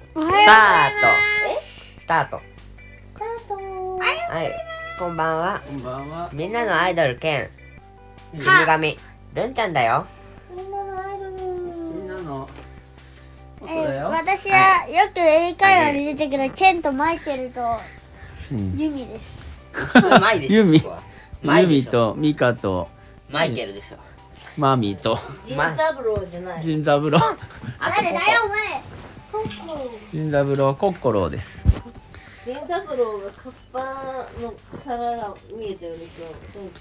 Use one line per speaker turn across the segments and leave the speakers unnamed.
タート
え
スタート
スタート
はいこんばんは
こんばんは。
みんなのアイドル兼死神ルンちゃんだ よ
みんなのアイドル
みんなの音だ
え
よ。
私はよく英会話で出てくるケンとマイケルと
うん
ユミです
マイでしょ
ユミ
そこはマ
ユ
イで
ミ
しょ
とミカと
マイケルでしょ
マミと
ジンザブローじゃない
ジンザブロー
誰だよお前コッコ
ジンザブローコッコローです
ジンザブローがカッパの皿が見えたよね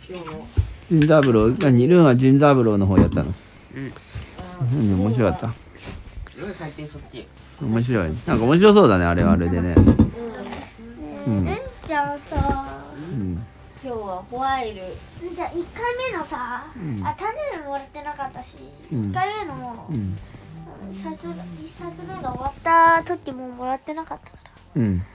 今日今日も
ジンザブロー何ルンはジンザブローの方やったの
うん
うん面白かった
ルン最近そっち
面白いなんか面白そうだねあれはあれでねうん
ねえんちゃんさ
うん
今日はホワイル
じゃあ1回目のさ、
ん
あ誕生日もらってなかったし、一
うん
1回目のも
う
うん冊1冊目が終わった時ももらってなかったか
うん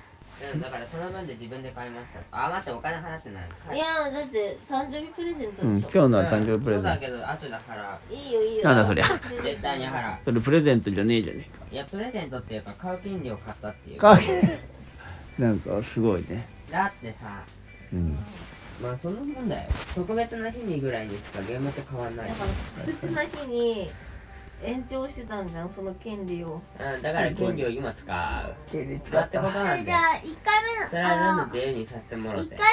だからその分で自分で買いましたあ待ってお金話せない
いやーだって誕生日プレゼントでしょ、
うん今日のは誕生日プレ
そう
ゼ
だ
ント
けど後だから
いいよいいよ
なんだそりゃ
絶対に払う
それプレゼントじゃねえじゃね
いやプレゼントっていうか買う権利を買ったってい
え
う
かかなんかすごいね
だってさ
うん
まあそのもんだよ特別な日にぐらいにしかゲームと変わんない
だから特別な日に延長してたんじゃんその権利を
うん、だから権利を今使う使ってことな
らそ
ん
れ
で
じゃあ1回
そ
目
れ
の
はルン
あ
の
の
自由にさせてもらっ
1
て
回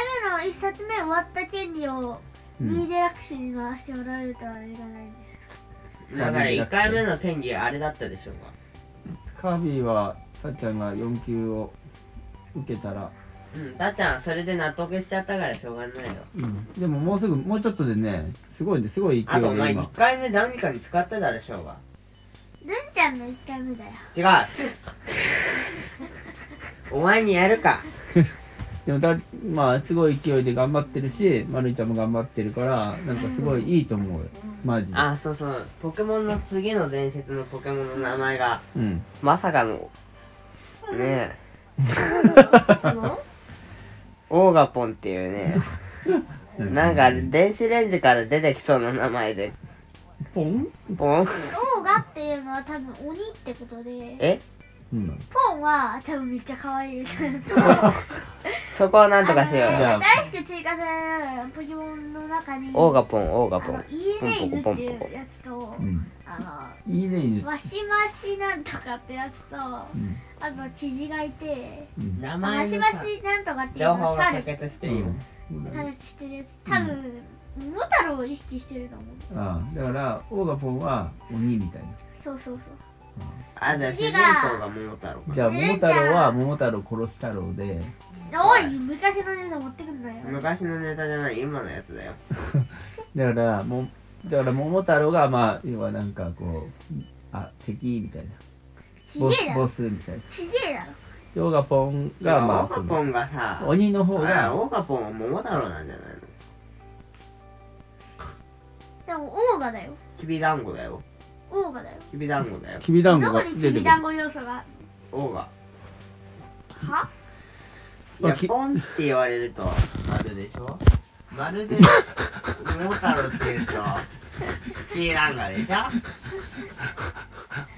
目の1冊目終わった権利を
うん
ミーデラックスに回してもらえるとは言わないです
だから1回目の権利あれだったでしょうか
カービィはさっちゃんが4級を受けたら、
うんたっちゃんはそれで納得しちゃったからしょうがないよ
うん、でももうすぐもうちょっとでねすごいねすごい勢
あ
い
とお
で
前1
今
回目何かに使ってたでしょうが
ルンちゃんの1回目だよ
違う お前にやるか
でもだまあすごい勢いで頑張ってるしまるいちゃんも頑張ってるからなんかすごいいいと思うよマジで
あそうそうポケモンの次の伝説のポケモンの名前が
うん
まさかの ねえ
あの
オーガポンっていうねなんか電子レンジから出てきそうな名前で
ポン
ポン
オーガっていうのは多分鬼ってことで
え
うん
ポンは多分めっちゃ可愛いです
そこをなんとかしよう
じ
よ
ゃあ
新しく追加されるポケモンの中に
オーガポンオーガ
あ
ポ
の
ン
イエネイヌってい
ポンポコポンポコ
うやつと
うん
あ
いいねいいね
のマシマシなんとかってやつとあ
うん
とキジがいて
うん
名
マシ
の
マシなんとかっていう
情
の
報
を
が
猿
欠
タ
欠している
ルチしてるやつ多分桃太郎を意識してると思う
ああだからオーガポンは鬼みたい
そうそうそ
あじゃあ主人
次が
公が桃太郎
なじゃあ桃太郎は桃太郎殺し太郎で
うおい昔のネタ持ってくんなよ
昔のネタじゃない今のやつだよ
だからもだから桃太郎がまあ要はなんかこうあ敵みたいな
ち
ボス
げえだ
ボ
ろ
スみたいな
ちげえだろ
ヨガポン
だか
が
ら
ま
オ
あそ
ーガ
の
ポンがさ
鬼の方
あら
が
オーガポンは桃太郎なんじゃないの
でもオーガだよ
きびだんごだよ
オーガだよ
きびだんごだよ
きびだんご
どこ
が
に
出
ち
て
び
くる
だんご要素が
オーガ
はい
や
あき
ポンって言われるとまるでしょまるで桃太郎って言うとキーランガでしょ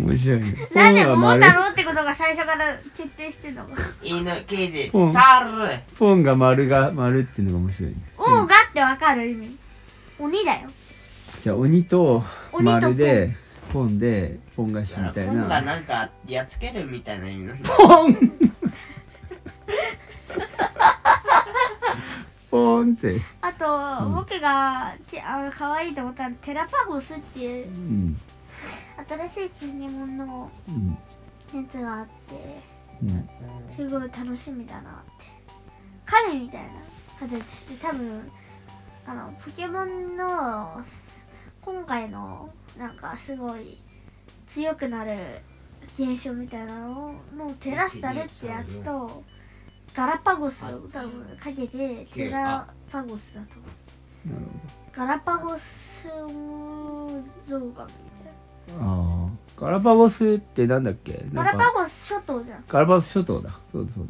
面白いね
なんで桃太郎ってことが最初から決定してんの
犬ケージ
うん
サール
ポンが丸が丸っていうのが面白いね
王がってわかる意味鬼だよ
じゃあ鬼と
鬼と
丸でポンでポン返しみた
ポ
い
ンが
な
なんかやっつけるみたいな意味なんだ
ポンポンって
あと、僕がてあの可愛いと思ったのテラパゴスっていう
うん
新しいポケモンの
うん
やつがあって
うん
すごい楽しみだなって彼みたいな形して多分あのポケモンの今回のなんかすごい強くなる現象みたいなののテラスタルってやつとガラパゴスを多分かけてテラパゴスだと思う
なる
ガラパゴスゾウガみたい
ほどああガラパゴスってなんだっけ
な。
な
ガ
ん
ラ
か
パゴス諸島じゃん。
ガラパゴス諸島だそうだそう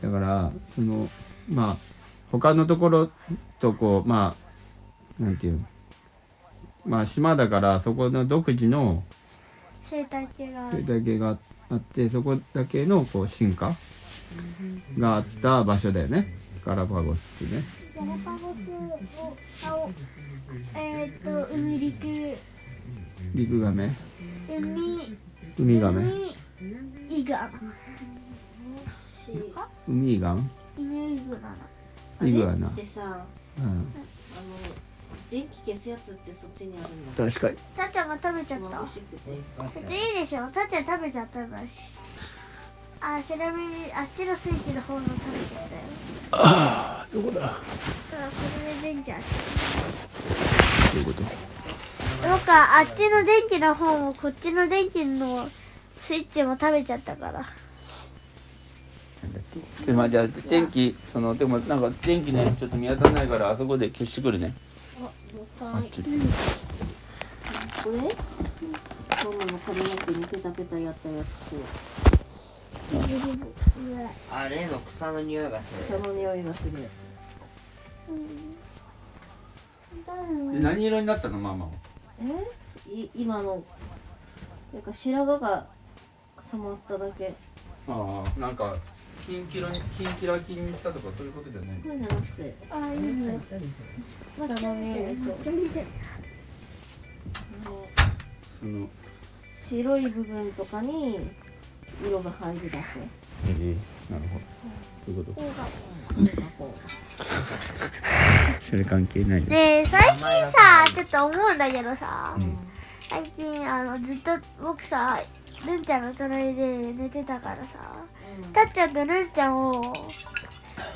だだからそのまあ他のところとこうまあなんていうのまあ島だからそこの独自の
生態系があ
それ
る
だけがあってそこだけのこう進化があった場所だよねガラパゴスってね
ガラパゴスをえーっと海陸
陸ガメ
海
ウミガメ
海イガ
し
ウミガン
ナイグナナ
あれ
イグアナ
ってさあの
うん
電気消すやつってそっちにあるんだ
確かに
タちゃんが食べちゃった
眩しくて
別にいいでしょタちゃん食べちゃったんだしあちなみにあっちのついてる方の食べちゃったよ
どこだ
だからこれで電気ある
どういうこと
なんかあっちの電気の方もこっちの電気のスイッチも食べちゃったから
なんだっけでまあじゃあ天気そのでもなんか天気ねちょっと見当たらないからあそこで消してくるね
あもう一
あっ
回
ち
これママの髪の毛にペタペタやったや
あれの草の匂いが
つ
す
そ
る
の匂いがする
で何色になったのママは
えい今のなんか白髪が染まっただけ
ああなんか金キラ金キラ金にしたとかそういうことじゃない
そうじゃなくて
ああいいね
草の匂いでしょあの
その
白い部分とかに色が入るだけ
えなるほどそういうこと
なんかこ
それ関係ないよ
で最近さちょっと思うんだけどさ、
うん
最近あのずっと僕さルンちゃんの隣で寝てたからさ
う
たっちゃんとルンちゃんを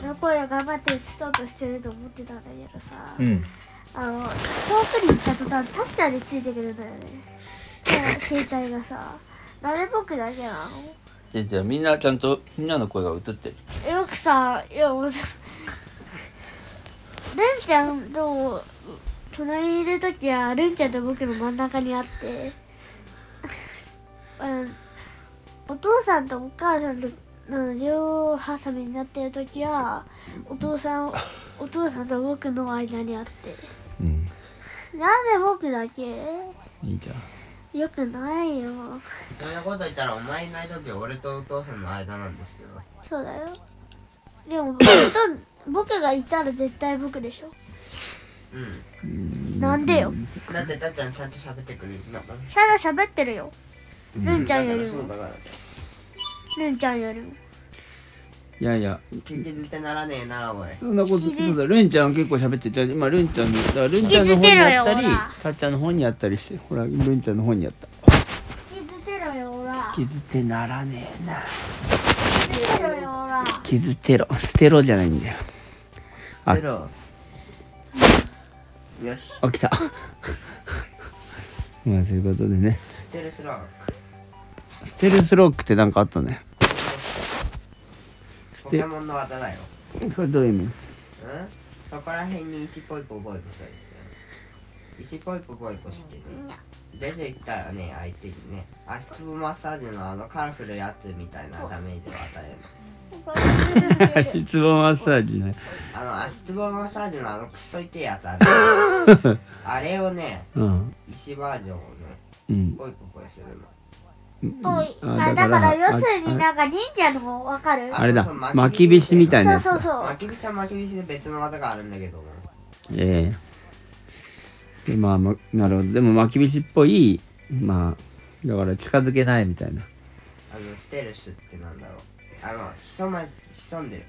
の声を頑張って映そうとしてると思ってたんだけどさ、
うん
あの遠くに行った途端タッチャーでついてくるんだよ ねで携帯がさなんで僕だけなの
じゃあじゃあみんなちゃんとみんなの声が映ってる
よくさいやもうレンちゃんと隣にいる時はレンちゃんと僕の真ん中にあってうんお父さんとお母さんとの両挟みになってる時はお父さんお父さんと僕の間にあって
うん
なんで僕だけ
いいじゃん
よくないよ
そんなこと言ったらお前いない時は俺とお父さんの間なんですけど
そうだよでも僕と僕がいたら絶対僕でしょ
うん
なんでよ
だってたっちゃんちゃんと喋ってくれるんだもん
シャラ喋ってるよルンちゃん
だか
よ
ら
り
そう
も
だから
ルンちゃんよりも
いやいや
結局絶対ならねえなおい
そんなこと
ひで
そうだルンちゃん結構喋ってじゃあ今ルンちゃんのだからルンちゃんの方にやった
引きずって
り
ろよほら
たっちゃんの方にやったりしてほらルンちゃんの方にやった
気づけろよほら
傷ってならねえな
気づけろよほら
傷テロ捨てろじゃないんだよあ
ゼロよし
起きた まあそういうことでね
ステルスロー
ステルスロックってなんかあったね
ポケモンの技だよ
それどういう意味
うんそこら辺に石ぽいぽぽいぽされてる石ぽいぽぽいぽしてる
いや
出てきたらね相手にね足つぼマッサージのあのカラフルやつみたいなダメージを与える の
足つぼマッサージね
あの足つぼマッサージのあのクソ痛いやつある あれをね
うん
石バージョンをね
うん
ぽいぽぽいするの
おい
あ
あ
だ
だ
か
からら要するになんか忍者の方わかる
あ
あれだ
そうそう
巻きびしみたいな
そう
やつ
そう
だ
そう
巻きびしは巻きびしで別の技があるんだけども
ええでまあまなるほどでもまあ厳しっぽいまあだから近づけないみたいな
あのステルスってなんだろうあの潜,、ま、潜んでる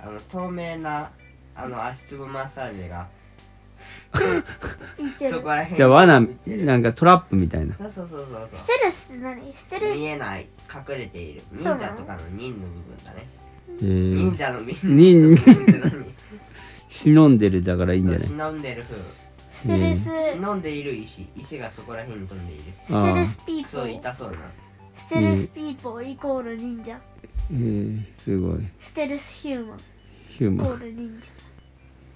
あの透明なあの足つぼマッサージが
言って
そ
る
こらへん
じゃあ罠なんかトラップみたいな
そうそうそうそう
ステルスって何ステ
そう
ルス
見えない隠れている忍
なの
者とかの忍の部分だね
ええ
忍者の忍
忍
忍
忍んでるだからいいんじゃない
忍んでる風
ステルスス
忍んでいる石石がそこらへんに飛んでいる
テ
あ
ル
あ
スピーポ
そう
ー
痛そうな
ステルスピーポーイコール忍者
ええすごい
ステルスヒューマン
ヒュー
イコ
マ
ー
ン
ル忍者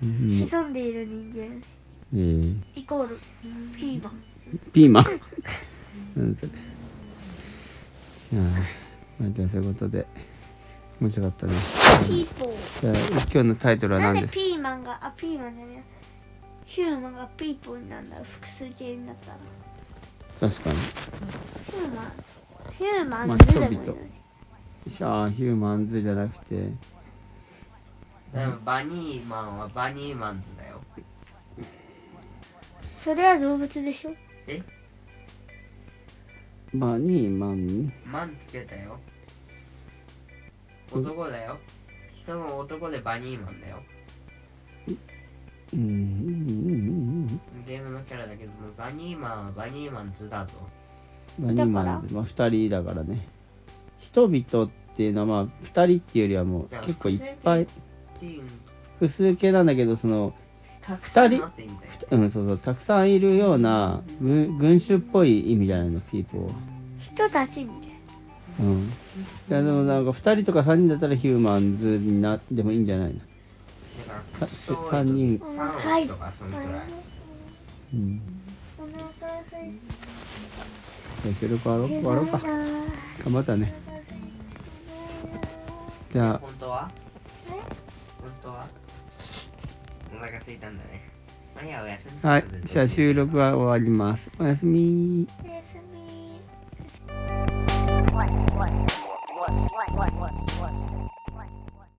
うん
潜んでいる人間
ええ
イコールピーマン
ピーマンなんそれああまあじゃあそういうことで面白かったね
ピーポー
じゃあ今日のタイトルは
なん
何
で
ですか
ピーマンがあピーマンじゃないヒューマンがピーポーになんだ複数形になったら
確かに
ヒューマンヒューマンズでもいいよね
じゃあヒューマンズじゃなくて
でもバニーマンはバニーマンズだよ
それは動物でしょ
バニーマン
マンつけたよ男だよ人も男でバニーマンだよ
うんうんうん
ゲームのキャラだけどもバニーマンはバニーマンズだぞ
うんバニーマンズまあ2人だからね人々っていうのはまあ2人っていうよりはもう結構いっぱい
っていう
複数形なんだけどその
たくさん
二人
なってみたい
うんそうそうたくさんいるような群群衆っぽい意味じゃないのピーポーは
人たちみたいな
うんいやでもなんか2人とか3人だったらヒューマンズになってもいいんじゃないの
だから
さ
そういうと
三人
三割とかそのくらい
うん
お腹すい
じゃあ協力終わろう
て
終わろう
な
か
いな
頑張ったねじゃあ
本当は本当はお腹空いたんだねマリアおやすみ
はい、じゃあ収録は終わります。おやすみ。
おやすみ
what, what, what, what, what, what, what, what.